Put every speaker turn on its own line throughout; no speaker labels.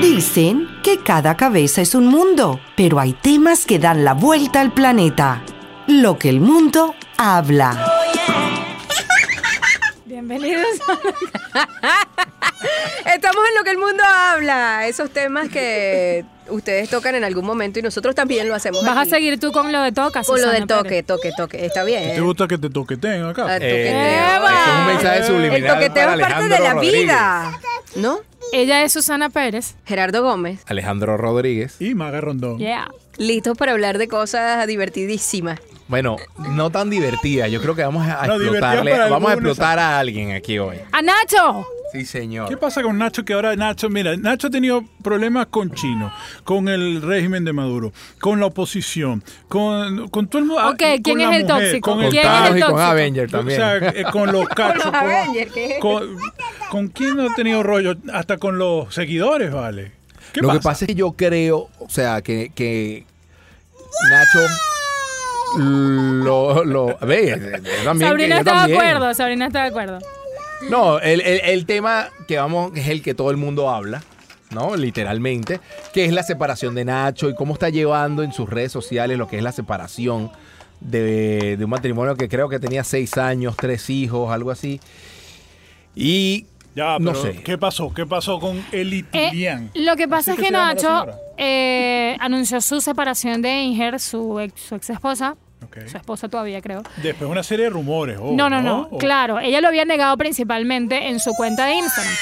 Dicen que cada cabeza es un mundo, pero hay temas que dan la vuelta al planeta. Lo que el mundo habla.
Bienvenidos.
Estamos en lo que el mundo habla, esos temas que ustedes tocan en algún momento y nosotros también lo hacemos.
Vas a
aquí.
seguir tú con lo de toca,
con lo de
Susana
toque,
Pérez.
toque, toque. Está
¿Te
bien.
gusta que te toqueteen acá?
Ah, toqueteo.
Eh,
Eva.
esto es un mensaje subliminal.
El toqueteo
para
es parte de
Alejandro
la
Rodríguez.
vida. ¿No?
Ella es Susana Pérez.
Gerardo Gómez,
Alejandro Rodríguez.
Y Maga Rondón.
Yeah.
listos para hablar de cosas divertidísimas.
Bueno, no tan divertida. Yo creo que vamos a
No, divertida
explotarle.
para
Vamos a
algunos.
explotar a alguien aquí hoy.
¡A Ah, Nacho!
Sí, señor.
¿Qué pasa con Nacho? Que ahora Nacho, mira, Nacho ha tenido problemas con Chino, con el régimen de Maduro, con la oposición, con, con todo el mundo. ah,
Ok,
con
¿quién
la
es el
mujer,
tóxico?
Con
con
¿Quién es
Thanos
el
y con
tóxico?
Avenger
O
también.
sea, eh, con los cachos.
los Avengers, ¿qué?
con, con quién no ha tenido rollo? Hasta con los seguidores, ¿vale? ¿Qué
Lo
pasa?
que pasa es que yo creo, o sea, que, que Nacho lo, lo ve, yo también,
Sabrina
yo
está
también.
de acuerdo, Sabrina está de acuerdo.
No, el, el- el tema que vamos es el que todo el mundo habla, ¿no? Literalmente, que es la separación de Nacho y cómo está llevando en sus redes sociales lo que es la separación de, de un matrimonio que creo que tenía seis años, tres hijos, algo así. Y
Ya,
no
pero,
sé.
¿Qué pasó? ¿Qué pasó con el
Eh,
Itilian?
lo que pasa
Así
es que
se llama la
Nacho
señora.
eh, anunció su separación de Inger, su ex, su ex esposa.
Ok.
Su esposa todavía, creo.
Después una serie de rumores. oh,
no, no, no.
O-
Claro, ella lo había negado principalmente en su cuenta de Instagram.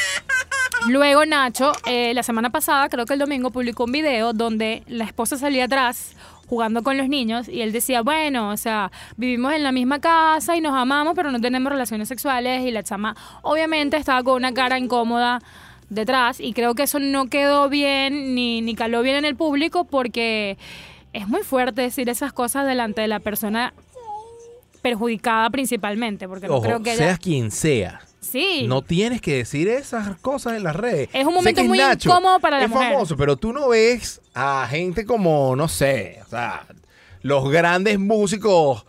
Luego Nacho, eh, la semana pasada, creo que el domingo, publicó un video donde la esposa salía atrás jugando con los niños y él decía, bueno, o sea, vivimos en la misma casa y nos amamos, pero no tenemos relaciones sexuales y la chama obviamente estaba con una cara incómoda detrás y creo que eso no quedó bien ni, ni caló bien en el público porque es muy fuerte decir esas cosas delante de la persona perjudicada principalmente, porque no
ojo,
creo que ella-
seas quien sea.
Sí.
No tienes que decir esas cosas en las redes.
Es un
Sé
momento
que
muy
Nacho,
incómodo para la
es
mujer.
famoso, pero tú no ves a gente como, no sé, o sea, los grandes músicos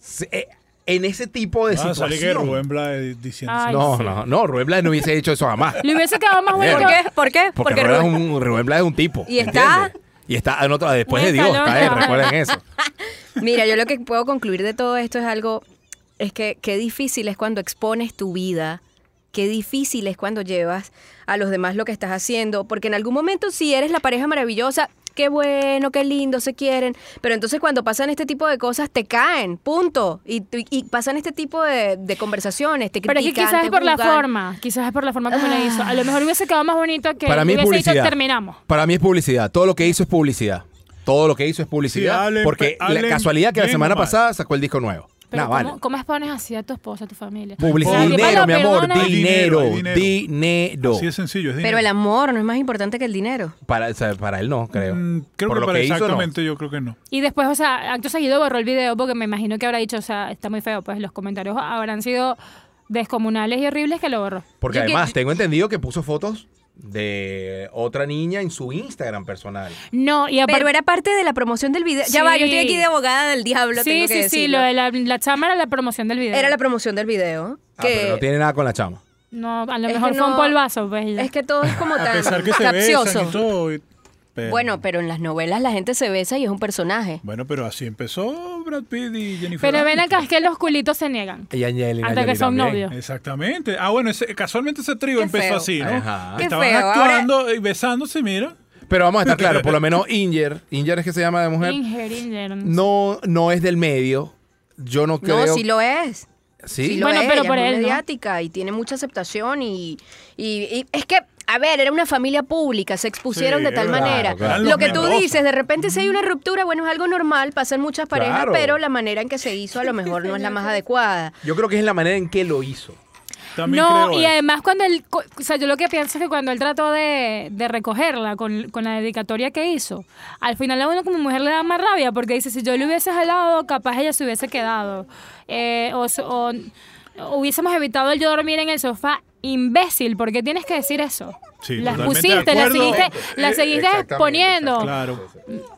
se- eh, en ese tipo de
Ah, sale que
situación.
Rubén Blades diciendo.
Ah.
Ay,
no,
sí.
no, no, Rubén Blades no hubiese hecho eso jamás.
Le hubiese quedado más bueno.
¿Por
Mierda.
qué? ¿Por qué?
Porque,
Porque
Rubén,
Rubén-
es un, Rubén Blades es un tipo.
Y está-
¿entiendes? Y está en otra, después
Un
de Dios,
escalón
está él,
abajo.
recuerden eso.
Mira, yo lo que puedo concluir de todo esto es algo, es que qué difícil es cuando expones tu vida, qué difícil es cuando llevas a los demás lo que estás haciendo, porque en algún momento si eres la pareja maravillosa, qué bueno, qué lindo, se quieren, pero entonces cuando pasan este tipo de cosas te caen, punto, y, tú- y pasan este tipo de, de conversaciones, te critican,
Pero es que quizás
te
es por la
juzgan.
forma, quizás es por la forma como la hizo. A lo mejor hubiese quedado más bonito que
Para mí es
hubiese dicho
publicidad.
terminamos.
Para mí es publicidad. Todo lo que hizo es publicidad. Todo lo que hizo es publicidad.
Sí, hablen-
porque la
hablen
casualidad que la
bien
semana
o mal.
pasada sacó el disco nuevo.
Pero
Nah,
¿cómo,
vale.
¿cómo expones así a tu esposa, a tu familia?
Publicidad.
Nadie-
Dinero,
Bueno,
mi amor.
perdona.
Hay dinero,
Dinero,
hay
dinero.
Así es sencillo, es dinero.
Pero el amor no es más importante que el dinero.
Para, o sea, para él no, creo.
Mm, creo
Por
que
lo
para
hizo, no.
exactamente, yo creo que no.
Y después, o sea, acto seguido borró el video porque me imagino que habrá dicho, o sea, está muy feo, pues los comentarios habrán sido descomunales y horribles que lo borró.
Porque
Yo que-
además tengo entendido que puso fotos de otra niña en su Instagram personal.
No, y aparte...
Pero era parte de la promoción del video. Ya va, yo estoy
Sí.
aquí de abogada del diablo.
sí,
tengo que
sí, sí,
decirlo.
lo de la, la chama era la promoción del video.
Era la promoción del video.
Ah,
que
pero no tiene nada con la chama.
No, a lo
Es que
mejor fue un
no-
polvazo, pues. y ya.
Es que todo es como
A
tan
pesar que se
capcioso.
besan y todo. y- pero-
Bueno, pero en las novelas la gente se besa y es un personaje.
Bueno, pero así empezó Brad Pitt y Jennifer.
Pero ven
Aniston.
acá, es que los culitos se niegan.
Y Angelina
Hasta que
Jolie
son
también.
novios.
Exactamente. Ah, bueno, ese- casualmente ese trío
Qué
empezó
feo.
así, ¿no?
Ajá.
Qué
Estaban
feo, ahora-
actuando y besándose, mira.
Pero vamos a estar claros, por lo menos Inger, Inger es que se llama de mujer,
Inger, Inger.
no, no es del medio. Yo no creo.
No, sí lo es.
¿Sí?
Sí lo
Bueno,
es,
pero
ella
por
es muy
él, ¿no?
mediática y tiene mucha aceptación y, y- y es que a ver, era una familia pública, se expusieron
Sí,
de tal
claro,
manera.
claro.
Lo que tú
Meloso.
dices, de repente si hay una ruptura, bueno, es algo normal, pasa en muchas parejas,
Claro.
pero la manera en que se hizo a lo mejor no es la más adecuada.
Yo creo que es la manera en que lo hizo.
También
No,
creo
y
eso.
además cuando él, co- o sea, yo lo que pienso es que cuando él trató de, de recogerla con, con la dedicatoria que hizo, al final a uno como mujer le da más rabia porque dice, si yo le hubiese jalado, capaz ella se hubiese quedado. Eh, o, so- o- hubiésemos evitado el yo dormir en el sofá, imbécil, ¿por qué tienes que decir eso?
Sí,
las
totalmente de
pusiste, las
acuerdo.
seguiste,
Eh,
las seguiste
exactamente,
exponiendo.
Claro.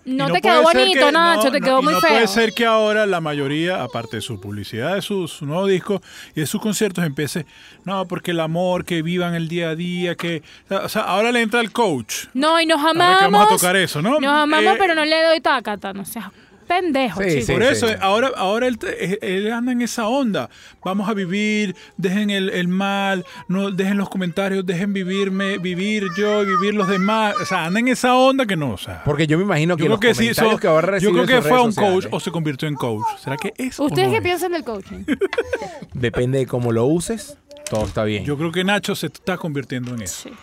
No,
Y
te quedó
puede ser
bonito,
que-
Nacho,
no,
te
no,
quedó
y
muy
no
feo.
Puede ser que ahora la mayoría, aparte de su publicidad, de sus nuevos discos y de sus conciertos, empiece, no, porque el amor, que vivan el día a día, que. O sea, ahora le entra el coach.
No, y nos
Ahora
amamos.
que vamos a tocar eso, ¿no?
Nos amamos,
Eh,
pero no le doy tácata, no seas pendejo,
Sí,
chico.
sí.
Por eso, eh, ahora, ahora él, te- eh, él anda en esa onda. Vamos a vivir, dejen el, el mal, no dejen los comentarios, dejen vivirme, vivir yo y vivir los demás. O sea, anda en esa onda que no, o sea.
Porque yo me imagino que
Yo creo
los
que sí,
comentarios
so-
que ahora
yo
recibe
creo
en
que
sus
fue
redes
un coach
sociales,
o se convirtió en coach. ¿Será que es o
¿Ustedes
no
qué
es?
piensan del coaching?
Depende de cómo lo uses, todo está bien.
Yo creo que Nacho se está convirtiendo en eso.
Sí.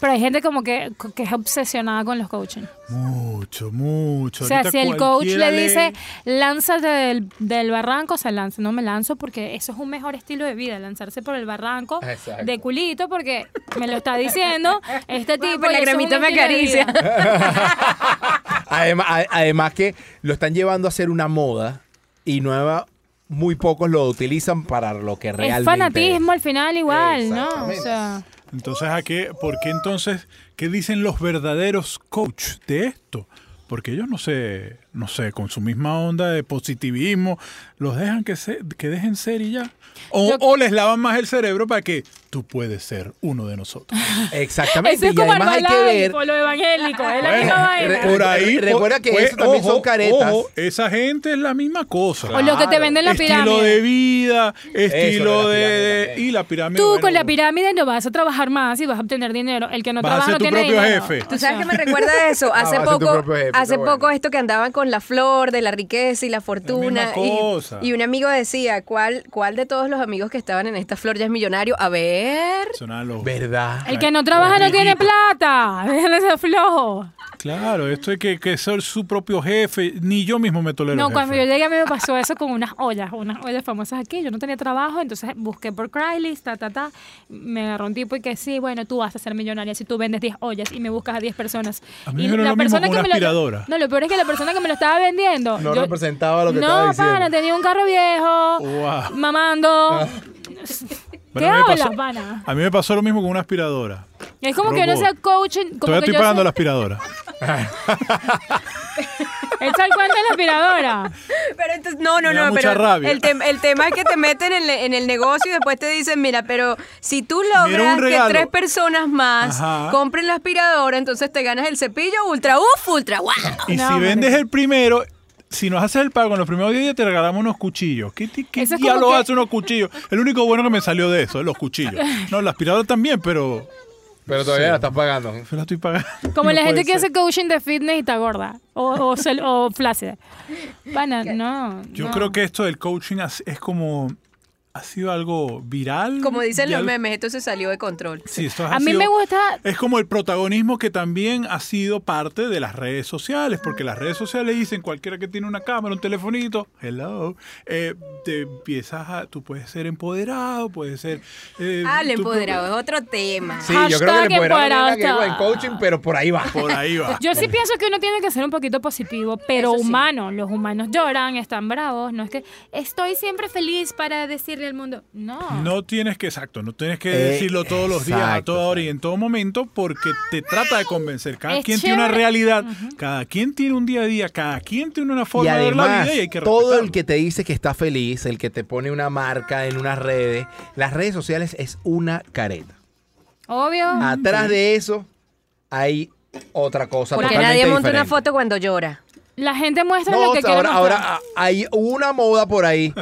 Pero hay gente como que, que es obsesionada con los coaching.
Mucho, mucho.
O sea,
Ahorita
si el coach
cualquiera
le dice,
lee-
lánzate del, del barranco, se lanza. No me lanzo porque eso es un mejor estilo de vida, lanzarse por el barranco
Exacto.
de culito porque me lo está diciendo este tipo.
pues la
y eso es un
gramita me
estilo de vida.
acaricia.
Además, a- además que lo están llevando a ser una moda y nueva, muy pocos lo utilizan para lo que realmente
Es fanatismo al final igual, ¿no? O
Exactamente.
sea,
Entonces, ¿a qué? ¿Por qué entonces? ¿Qué dicen los verdaderos coach de esto? Porque ellos no sé, no sé, con su misma onda de positivismo, los dejan que, se, que dejen ser y ya. O,
Yo-
o les lavan más el cerebro para que tú puedes ser uno de nosotros.
Exactamente.
eso es
y
como
además hay que ver.
el por lo evangélico, es la
Bueno, eh,
misma vaina.
re- Por ahí, Recuerda que eso también son caretas.
esa gente es la misma cosa.
O lo que te
Claro.
venden en la
estilo de
pirámide.
vida, estilo
Eso de la
de,
pirámide
y la pirámide.
Tú
bueno,
con la
bueno.
pirámide no vas a trabajar más y vas a obtener dinero. El que no
Vas a
trabaja
ser
no
tu
tiene
propio
dinero.
jefe.
O
¿Tú
sea,
sabes que me recuerda eso?
Ah,
Hace
va a ser tu
poco,
propio jefe,
hace
está bueno.
poco esto que andaban con la flor de la riqueza y la fortuna.
misma cosa.
Y, y un amigo decía, ¿cuál, ¿cuál de todos los amigos que estaban en esta flor ya es millonario? A ver.
Sonaban los-
¿Verdad?
El que no trabaja no tiene plata. Déjenle ser flojo.
Claro, esto es que, que ser su propio jefe, ni yo mismo me tolero.
No,
jefe.
cuando yo llegué a mí me pasó eso con unas ollas, unas ollas famosas aquí. Yo no tenía trabajo, entonces busqué por Craigslist, ta, ta, ta. Me agarró un tipo y que sí, bueno, tú vas a ser millonaria si tú vendes 10 ollas y me buscas a 10 personas.
A mí me
y
dijeron lo mismo con una
me lo-
aspiradora.
No, lo peor es que la persona que me lo estaba vendiendo.
No representaba lo que
no,
estaba diciendo.
No, pana, tenía un carro viejo,
Wow.
mamando. ¿Qué
Ah. Bueno, a mí me
hablas,
pasó-
pana?
A mí me pasó lo mismo con una aspiradora.
Es como que yo no
Robot.
sea coach. en- Como
Todavía
que
estoy
yo
pagando
sea-
la aspiradora.
Echa el cuento de la aspiradora.
Pero entonces, no, no,
Me da
no,
mucha
pero
rabia.
El, tem- el tema es que te meten en, le- en el negocio y después te dicen, mira, pero si tú logras
un
que
regalo.
tres personas más
Ajá.
compren la aspiradora, entonces te ganas el cepillo ultra, uf, ultra, wow.
Y
No,
si
marica.
vendes el primero, si nos haces el pago en los primeros 10 días, te regalamos unos cuchillos. ¿Qué, ti- qué
Eso es como
diablo
que-
hace unos cuchillos? El único bueno que me salió de eso, los cuchillos. No, la aspiradora también, pero.
Pero todavía la estás pagando.
pero la estoy pagando.
Como
No
la gente
puede
que
ser.
hace coaching de fitness y está gorda. O, o, cel- o flácida. Pana, no.
Yo
no.
creo que esto del coaching as- es como. Ha sido algo viral.
Como dicen
de
los
al-
memes, esto se salió de control.
Sí, esto ha
A mí
sido-
me gusta.
Es como el protagonismo que también ha sido parte de las redes sociales, porque las redes sociales dicen cualquiera que tiene una cámara, un telefonito, hello, eh, te empiezas a, tú puedes ser empoderado, puedes ser... eh,
Ah, lo
tú-
empoderado es otro tema.
Sí, yo creo que
Hashtag
le podrán
empoderado
dar que
está.
en coaching, pero por ahí va.
Por ahí va.
Yo sí pienso que uno tiene que ser un poquito positivo, pero humano. Los humanos lloran, están bravos. No es que estoy siempre feliz para decirle al mundo. No.
No tienes que, exacto, no tienes que
Eh,
decirlo todos los días, a
exacto,
toda hora y en todo momento, porque te trata de convencer. Cada
Es
quien tiene una
chévere.
realidad, cada quien tiene un día a día, cada quien tiene una
Y
forma de ver la
además,
vida y hay que
todo el
respetarlo.
que te dice que está feliz, el que te pone una marca en unas redes, las redes sociales es una careta.
Obvio.
Atrás de eso hay otra cosa.
Porque
totalmente
nadie monta una
diferente.
foto cuando llora.
La gente muestra
No,
lo que
o sea,
quiere.
ahora,
mostrar.
ahora, ah, hay una moda por ahí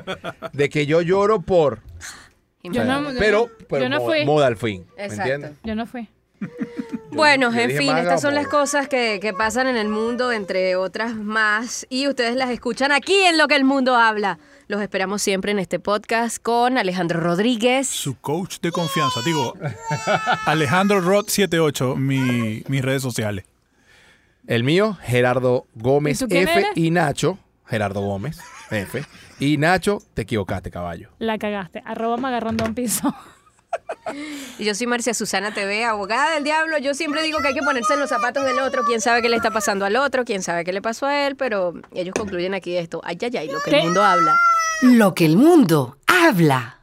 de que yo lloro por.
Yo no- yo
pero
no-
pero
yo no
moda,
fui.
moda al fin. ¿Me
Exacto.
entiendes?
Yo no fui.
Bueno,
yo
en
dije
fin,
maga
estas son
o-
las cosas que, que pasan en el mundo, entre otras más, y ustedes las escuchan aquí en Lo que el mundo habla. Los esperamos siempre en este podcast con Alejandro Rodríguez.
su coach de confianza. Digo, Alejandro Rod 78, mi, mis redes sociales.
El mío, Gerardo Gómez
¿Y tú quién
F
eres?
y Nacho. Gerardo Gómez F. Y Nacho, te equivocaste, caballo.
La cagaste. Arroba magarrondón piso.
Y yo soy Marcia Susana TV, abogada del diablo. Yo siempre digo que hay que ponerse en los zapatos del otro. Quién sabe qué le está pasando al otro, quién sabe qué le pasó a él, pero ellos concluyen aquí esto. Ay, ay, ay, lo que
¿Qué?
el mundo habla.
Lo que el mundo habla.